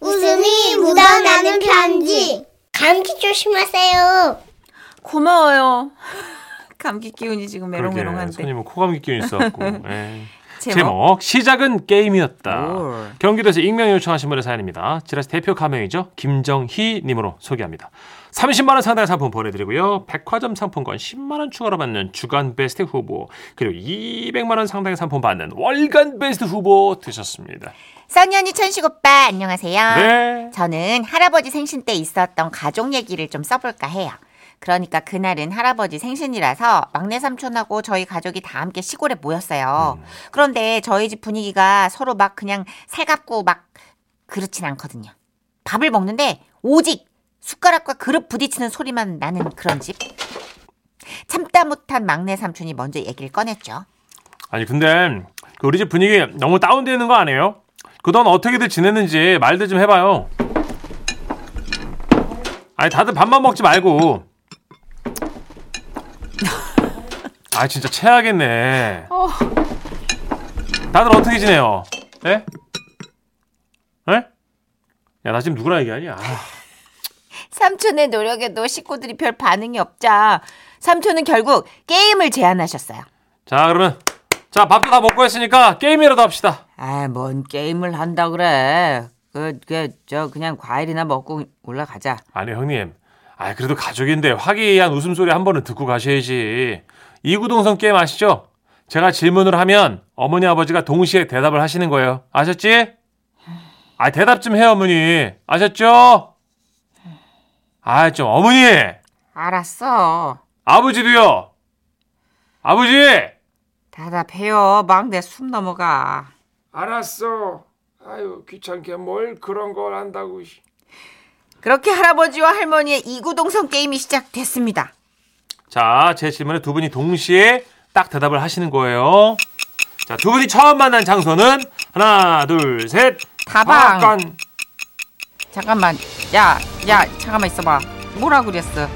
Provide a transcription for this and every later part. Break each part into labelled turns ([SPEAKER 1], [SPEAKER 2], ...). [SPEAKER 1] 눈이 묻어나는 편지. 감기 조심하세요.
[SPEAKER 2] 고마워요. 감기 기운이 지금
[SPEAKER 3] 그러게,
[SPEAKER 2] 메롱메롱한데.
[SPEAKER 3] 손님은 코감기 기운이 있었고. 예.
[SPEAKER 2] 제목.
[SPEAKER 3] 제목 시작은 게임이었다.
[SPEAKER 2] 올.
[SPEAKER 3] 경기도에서 익명 요청하신 분의 사연입니다. 지라시 대표 가명이죠. 김정희 님으로 소개합니다. 30만 원 상당의 상품 보내드리고요. 백화점 상품권 10만 원 추가로 받는 주간 베스트 후보 그리고 200만 원 상당의 상품 받는 월간 베스트 후보 되셨습니다.
[SPEAKER 4] 써니 언니 천식 오빠 안녕하세요.
[SPEAKER 2] 아.
[SPEAKER 3] 네.
[SPEAKER 4] 저는 할아버지 생신 때 있었던 가족 얘기를 좀 써볼까 해요. 그러니까 그날은 할아버지 생신이라서 막내 삼촌하고 저희 가족이 다 함께 시골에
[SPEAKER 3] 음.
[SPEAKER 4] 모였어요. 그런데 저희 집 분위기가 서로 막 그냥 살갑고 막 그렇진 않거든요. 밥을 먹는데 오직 숟가락과 그릇 부딪히는 소리만 나는 그런 집. 참다 못한 막내 삼촌이 먼저 얘기를 꺼냈죠.
[SPEAKER 3] 아니 근데 그 우리 집 분위기 너무 다운되는 거 아니에요? 그동안 어떻게들 지냈는지 말들 좀 해봐요. 아니 다들 밥만 먹지 말고. 아 진짜 체하겠네. 다들 어떻게 지내요? 에? 에? 야나 지금 누구랑 얘기하냐? 아,
[SPEAKER 4] 삼촌의 노력에도 식구들이 별 반응이 없자 삼촌은 결국 게임을 제안하셨어요.
[SPEAKER 3] 자 그러면 자 밥도 다 먹고 했으니까 게임이라도 합시다.
[SPEAKER 5] 아, 뭔 게임을 한다 그래. 그, 그, 저, 그냥 과일이나 먹고 올라가자.
[SPEAKER 3] 아니 형님, 아 그래도 가족인데 화기애애한 웃음소리 한 번은 듣고 가셔야지. 이구동성 게임 아시죠? 제가 질문을 하면 어머니 아버지가 동시에 대답을 하시는 거예요. 아셨지? 아 대답 좀 해요 어머니. 아셨죠? 아 좀 어머니,
[SPEAKER 5] 알았어.
[SPEAKER 3] 아버지도요. 아버지.
[SPEAKER 5] 대답해요. 막내 숨 넘어가.
[SPEAKER 6] 알았어. 아유 귀찮게 뭘 그런 걸 한다고. 씨.
[SPEAKER 5] 그렇게 할아버지와 할머니의 이구동성 게임이 시작됐습니다.
[SPEAKER 3] 자 제 질문에 두 분이 동시에 딱 대답을 하시는 거예요. 자 두 분이 처음 만난 장소는 하나 둘 셋.
[SPEAKER 5] 다방.
[SPEAKER 3] 방앗간.
[SPEAKER 5] 잠깐만. 야, 야, 잠깐만 있어봐. 뭐라 그랬어?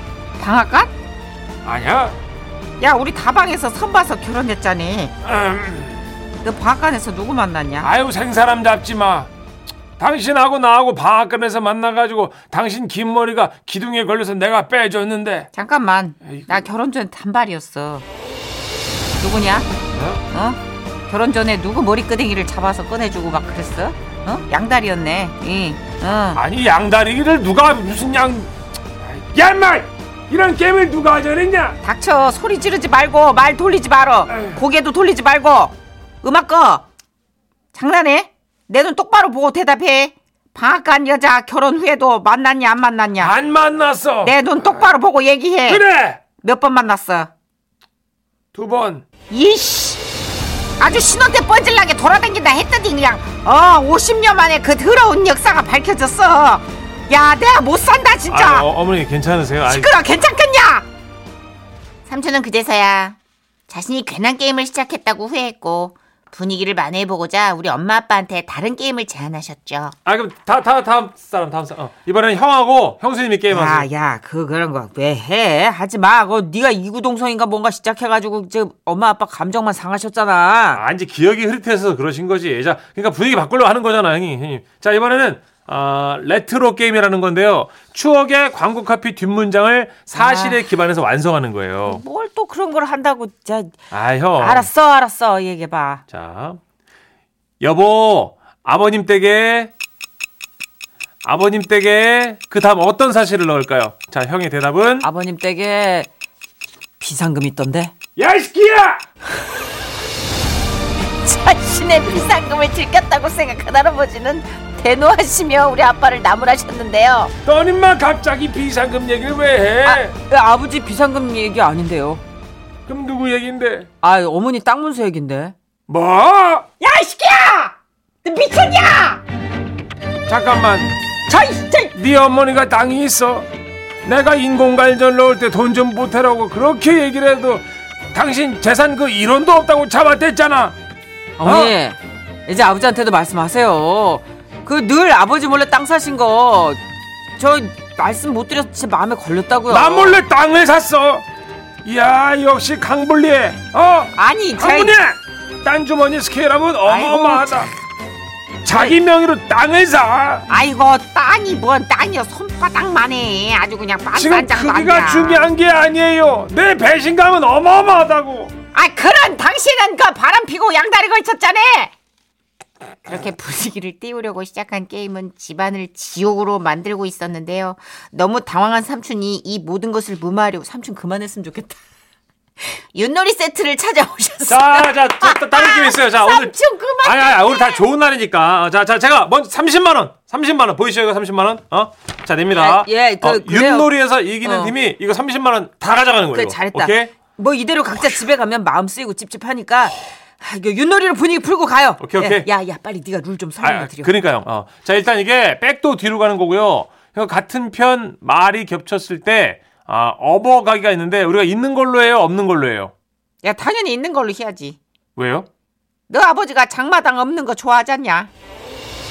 [SPEAKER 5] 방앗간?
[SPEAKER 6] 아니야.
[SPEAKER 5] 야, 우리 다방에서 선 봐서 결혼했잖니.
[SPEAKER 6] 음,
[SPEAKER 5] 너 방앗간에서 누구 만났냐?
[SPEAKER 6] 아유 생사람 잡지 마. 당신하고 나하고 방앗간에서 만나가지고 당신 긴 머리가 기둥에 걸려서 내가 빼줬는데
[SPEAKER 5] 잠깐만.
[SPEAKER 6] 아이고.
[SPEAKER 5] 나 결혼 전에 단발이었어. 누구냐? 어? 결혼 전에 누구 머리끄댕이를 잡아서 꺼내주고 막 그랬어? 어? 양다리였네. 이. 어.
[SPEAKER 6] 아니 양다리를 누가 무슨 양? 야인마 이런 게임을 누가 하자느냐?
[SPEAKER 5] 닥쳐 소리 지르지 말고 말 돌리지 말어.
[SPEAKER 6] 에휴.
[SPEAKER 5] 고개도 돌리지 말고 음악 꺼. 장난해? 내 눈 똑바로 보고 대답해. 방학간 여자 결혼 후에도 만났냐 안 만났냐?
[SPEAKER 6] 안 만났어.
[SPEAKER 5] 내 눈 똑바로 보고 얘기해.
[SPEAKER 6] 아. 그래
[SPEAKER 5] 몇 번 만났어?
[SPEAKER 6] 두 번.
[SPEAKER 5] 이씨 아주 신혼 때 뻔질나게 돌아다닌다 했더니 그냥 어 50년 만에 그 더러운 역사가 밝혀졌어 야 내가 못 산다 진짜
[SPEAKER 3] 아, 어, 머니 괜찮으세요? 아이,
[SPEAKER 5] 시끄러 괜찮겠냐
[SPEAKER 4] 삼촌은 그제서야 자신이 괜한 게임을 시작했다고 후회했고 분위기를 만회해보고자 우리 엄마 아빠한테 다른 게임을 제안하셨죠.
[SPEAKER 3] 아 그럼 다, 다 다음 사람 다음 사람 어. 이번에는 형하고 형수님이 게임하세요.
[SPEAKER 5] 야야 그 그런 거 왜 해 하지 마 그거 네가 이구동성인가 뭔가 시작해가지고 지금 엄마 아빠 감정만 상하셨잖아
[SPEAKER 3] 아 이제 기억이 흐릿해서 그러신 거지. 자 그러니까 분위기 바꾸려고 하는 거잖아 형님. 형님. 자 이번에는 아, 레트로 게임이라는 건데요. 추억의 광고 카피 뒷문장을 사실에
[SPEAKER 5] 아.
[SPEAKER 3] 기반해서 완성하는 거예요.
[SPEAKER 5] 뭘 또 그런 걸 한다고 자
[SPEAKER 3] 아 형.
[SPEAKER 5] 알았어 알았어 얘기해봐
[SPEAKER 3] 자 여보 아버님 댁에 아버님 댁에 그 다음 어떤 사실을 넣을까요? 자 형의 대답은
[SPEAKER 5] 아버님 댁에 비상금 있던데
[SPEAKER 6] 야 이새끼야!
[SPEAKER 4] 자신의 비상금을 들켰다고 생각한 할아버지는 대노하시며 우리 아빠를 나무라셨는데요.
[SPEAKER 6] 넌 인마 갑자기 비상금 얘기를 왜 해?
[SPEAKER 5] 아, 아버지 비상금 얘기 아닌데요
[SPEAKER 6] 그럼 누구 얘긴데?
[SPEAKER 5] 아 어머니 땅 문서 얘긴데
[SPEAKER 6] 뭐?
[SPEAKER 5] 미쳤냐
[SPEAKER 6] 잠깐만.
[SPEAKER 5] 저이 저
[SPEAKER 6] 네 어머니가 땅이 있어. 내가 인공관절 넣을 때 돈 좀 보태라고 그렇게 얘기를 해도 당신 재산 그 1원도 없다고 잡아댔잖아.
[SPEAKER 5] 어머니 이제 아버지한테도 말씀하세요 그 늘 아버지 몰래 땅 사신 거 저 말씀 못 드려서 제 마음에 걸렸다고요
[SPEAKER 6] 나 몰래 땅을 샀어. 이야 역시 강불리해. 어?
[SPEAKER 5] 아니 제
[SPEAKER 6] 강분해! 땅주머니 스케일하면 어마어마하다. 자기 명의로 땅을 사.
[SPEAKER 5] 아이고 땅이 뭔 땅이여 손바닥만해 아주 그냥
[SPEAKER 6] 지금
[SPEAKER 5] 반반장도
[SPEAKER 6] 크기가
[SPEAKER 5] 아니야.
[SPEAKER 6] 중요한 게 아니에요. 내 배신감은 어마어마하다고.
[SPEAKER 5] 아 그런 당신은 그 바람 피고 양다리 걸쳤잖아.
[SPEAKER 3] 아.
[SPEAKER 5] 그렇게 분위기를 띄우려고 시작한 게임은 집안을 지옥으로 만들고 있었는데요. 너무 당황한 삼촌이 이 모든 것을 무마하려고 삼촌 그만했으면 좋겠다. 윷놀이 세트를 찾아오셨어.
[SPEAKER 3] 자, 자, 자, 또 다른 게임 있어요. 자, 오늘
[SPEAKER 5] 삼촌 그만.
[SPEAKER 3] 아니, 아니, 오늘 다 좋은 날이니까. 자, 자, 제가 먼저 30만 원, 30만 원 보이시죠? 이거 30만 원, 어? 자, 냅니다.
[SPEAKER 5] 아, 예, 그,
[SPEAKER 3] 어,
[SPEAKER 5] 그래요.
[SPEAKER 3] 윷놀이에서 이기는
[SPEAKER 5] 어.
[SPEAKER 3] 팀이 이거 30만 원 다 가져가는 거예요.
[SPEAKER 5] 그래
[SPEAKER 3] 이거.
[SPEAKER 5] 잘했다.
[SPEAKER 3] 오케이,
[SPEAKER 5] 뭐 이대로 각자 집에 가면 마음 쓰이고 찝찝하니까 아, 이거 윷놀이로 분위기 풀고 가요.
[SPEAKER 3] 오케이,
[SPEAKER 5] 예,
[SPEAKER 3] 오케이.
[SPEAKER 5] 야, 야, 빨리 네가 룰 좀
[SPEAKER 3] 아,
[SPEAKER 5] 설명해
[SPEAKER 3] 아,
[SPEAKER 5] 드려.
[SPEAKER 3] 그러니까요. 어. 자, 일단 이게 백도 뒤로 가는 거고요. 그리고 같은 편 말이 겹쳤을 때 아, 업어가기가 있는데 우리가 있는 걸로 해요, 없는 걸로 해요.
[SPEAKER 5] 야, 당연히 있는 걸로 해야지.
[SPEAKER 3] 왜요?
[SPEAKER 5] 너 아버지가 장마당 없는 거 좋아하지 않냐?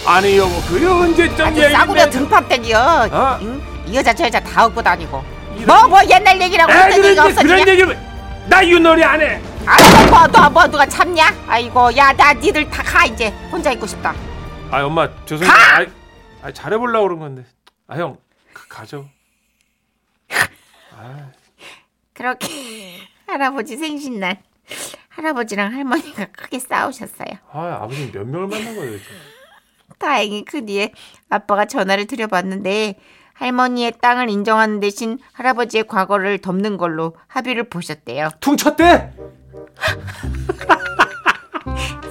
[SPEAKER 6] 아니요, 뭐 그게 언제쯤
[SPEAKER 5] 아주 싸구려
[SPEAKER 6] 얘기인데.
[SPEAKER 5] 등판대기여.
[SPEAKER 6] 어?
[SPEAKER 5] 응? 이 여자 저 여자 다 얻고 다니고.
[SPEAKER 6] 이런-
[SPEAKER 5] 뭐 뭐 옛날 얘기라고 했던
[SPEAKER 6] 애들은
[SPEAKER 5] 얘기가
[SPEAKER 6] 이제
[SPEAKER 5] 없었냐?
[SPEAKER 6] 그런 얘기를 나 윷놀이 안 해.
[SPEAKER 5] 아이고 뭐너 뭐, 누가 참냐? 아이고 야 나 니들 다 가 이제 혼자 있고 싶다.
[SPEAKER 3] 아, 엄마 죄송해요. 아, 아, 잘해보려고 그런 건데. 아, 형 가- 가죠.
[SPEAKER 4] 그렇게 할아버지 생신날 할아버지랑 할머니가 크게 싸우셨어요.
[SPEAKER 3] 아, 아버지 몇 명을 만난 거예요? 이렇게.
[SPEAKER 4] 다행히 그 뒤에 아빠가 전화를 드려봤는데 할머니의 땅을 인정하는 대신 할아버지의 과거를 덮는 걸로 합의를 보셨대요.
[SPEAKER 3] 퉁쳤대?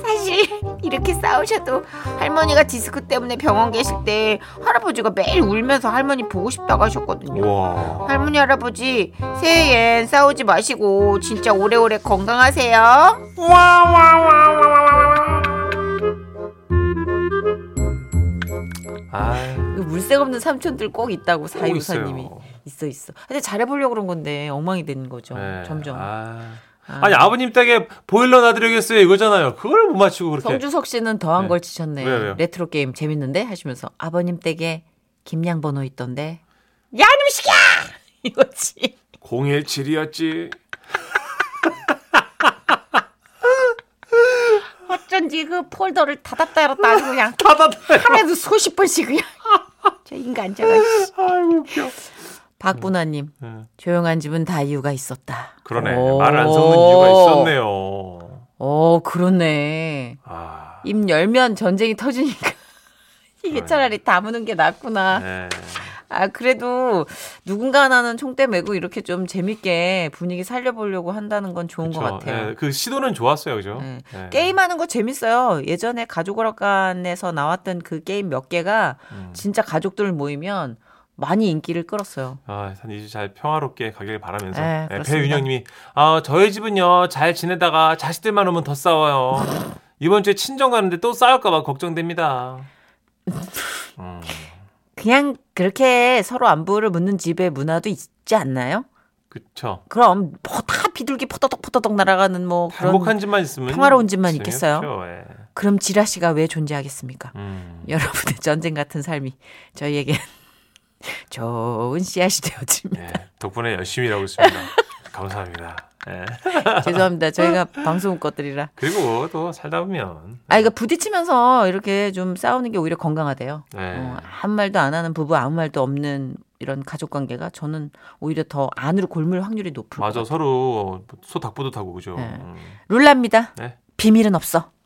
[SPEAKER 4] 사실 이렇게 싸우셔도 할머니가 디스크 때문에 병원 계실 때 할아버지가 매일 울면서 할머니 보고 싶다고 하셨거든요.
[SPEAKER 3] 와.
[SPEAKER 4] 할머니 할아버지 새해엔 싸우지 마시고 진짜 오래오래 건강하세요.
[SPEAKER 3] 아,
[SPEAKER 5] 물색 없는 삼촌들 꼭 있다고 사유사님이
[SPEAKER 3] 있어요.
[SPEAKER 5] 있어 있어. 근데 잘해보려고 그런 건데 엉망이 되는 거죠.
[SPEAKER 3] 네.
[SPEAKER 5] 점점.
[SPEAKER 3] 아. 아니 아버님 댁에 보일러 놔드리겠어요 이거잖아요. 그걸 못 맞추고 그렇게.
[SPEAKER 5] 성주석 씨는 더한
[SPEAKER 3] 네.
[SPEAKER 5] 걸 치셨네.
[SPEAKER 3] 왜요, 왜요?
[SPEAKER 5] 레트로 게임 재밌는데 하시면서 아버님 댁에 김양 번호 있던데.
[SPEAKER 4] 야 놈식이야!
[SPEAKER 5] 이거지.
[SPEAKER 3] 017이었지.
[SPEAKER 4] 어쩐지 그 폴더를 닫았다 열었다 아주 그냥
[SPEAKER 3] 다다다.
[SPEAKER 4] 하루에도 수십 번씩 그냥 저 인간 저거
[SPEAKER 3] 아이고 웃겨.
[SPEAKER 5] 박분화님
[SPEAKER 3] 네.
[SPEAKER 5] 조용한 집은 다 이유가 있었다.
[SPEAKER 3] 그러네.
[SPEAKER 5] 오.
[SPEAKER 3] 말을 안 섞는 이유가 있었네요.
[SPEAKER 5] 어 그렇네.
[SPEAKER 3] 아.
[SPEAKER 5] 입 열면 전쟁이 터지니까 이게
[SPEAKER 3] 네.
[SPEAKER 5] 차라리 다무는 게 낫구나.
[SPEAKER 3] 네.
[SPEAKER 5] 아 그래도 누군가 하나는 총대 메고 이렇게 좀 재밌게 분위기 살려보려고 한다는 건 좋은 것
[SPEAKER 3] 그렇죠.
[SPEAKER 5] 같아요.
[SPEAKER 3] 네, 그 시도는 좋았어요, 그죠?
[SPEAKER 5] 네.
[SPEAKER 3] 네.
[SPEAKER 5] 게임하는 거 재밌어요. 예전에 가족오락관에서 나왔던 그 게임 몇 개가
[SPEAKER 3] 음.
[SPEAKER 5] 진짜 가족들 모이면 많이 인기를 끌었어요.
[SPEAKER 3] 아, 한 2주 잘 평화롭게 가길 바라면서.
[SPEAKER 5] 네,
[SPEAKER 3] 네,
[SPEAKER 5] 그렇습니다.
[SPEAKER 3] 배윤영님이 아, 저희 집은요 잘 지내다가 자식들만 오면 더 싸워요. 이번 주에 친정 가는데 또 싸울까봐 걱정됩니다. 음.
[SPEAKER 5] 그냥 그렇게 서로 안부를 묻는 집의 문화도 있지 않나요?
[SPEAKER 3] 그쵸.
[SPEAKER 5] 그럼 뭐다 비둘기 포도덕 포도덕 날아가는 뭐 그런
[SPEAKER 3] 행복한 집만 있으면
[SPEAKER 5] 평화로운 집만
[SPEAKER 3] 재미없죠.
[SPEAKER 5] 있겠어요?
[SPEAKER 3] 예.
[SPEAKER 5] 그럼 지라 씨가 왜 존재하겠습니까?
[SPEAKER 3] 음.
[SPEAKER 5] 여러분의 전쟁 같은 삶이 저희에게 좋은 씨앗이 되어집니다.
[SPEAKER 3] 예, 덕분에 열심히 일하고 있습니다. 감사합니다. 예.
[SPEAKER 5] 죄송합니다. 저희가 방송 것들이라.
[SPEAKER 3] 그리고 또 살다 보면
[SPEAKER 5] 아, 그러니까 부딪히면서 이렇게 좀 싸우는 게 오히려 건강하대요.
[SPEAKER 3] 네.
[SPEAKER 5] 어, 아무 말도 안 하는 부부, 아무 말도 없는 이런 가족 관계가 저는 오히려 더 안으로 골물 확률이 높을 것
[SPEAKER 3] 맞아
[SPEAKER 5] 같아요.
[SPEAKER 3] 서로 소 닭보도 타고 그죠.
[SPEAKER 5] 네.
[SPEAKER 3] 음.
[SPEAKER 5] 룰라입니다.
[SPEAKER 3] 네.
[SPEAKER 5] 비밀은 없어.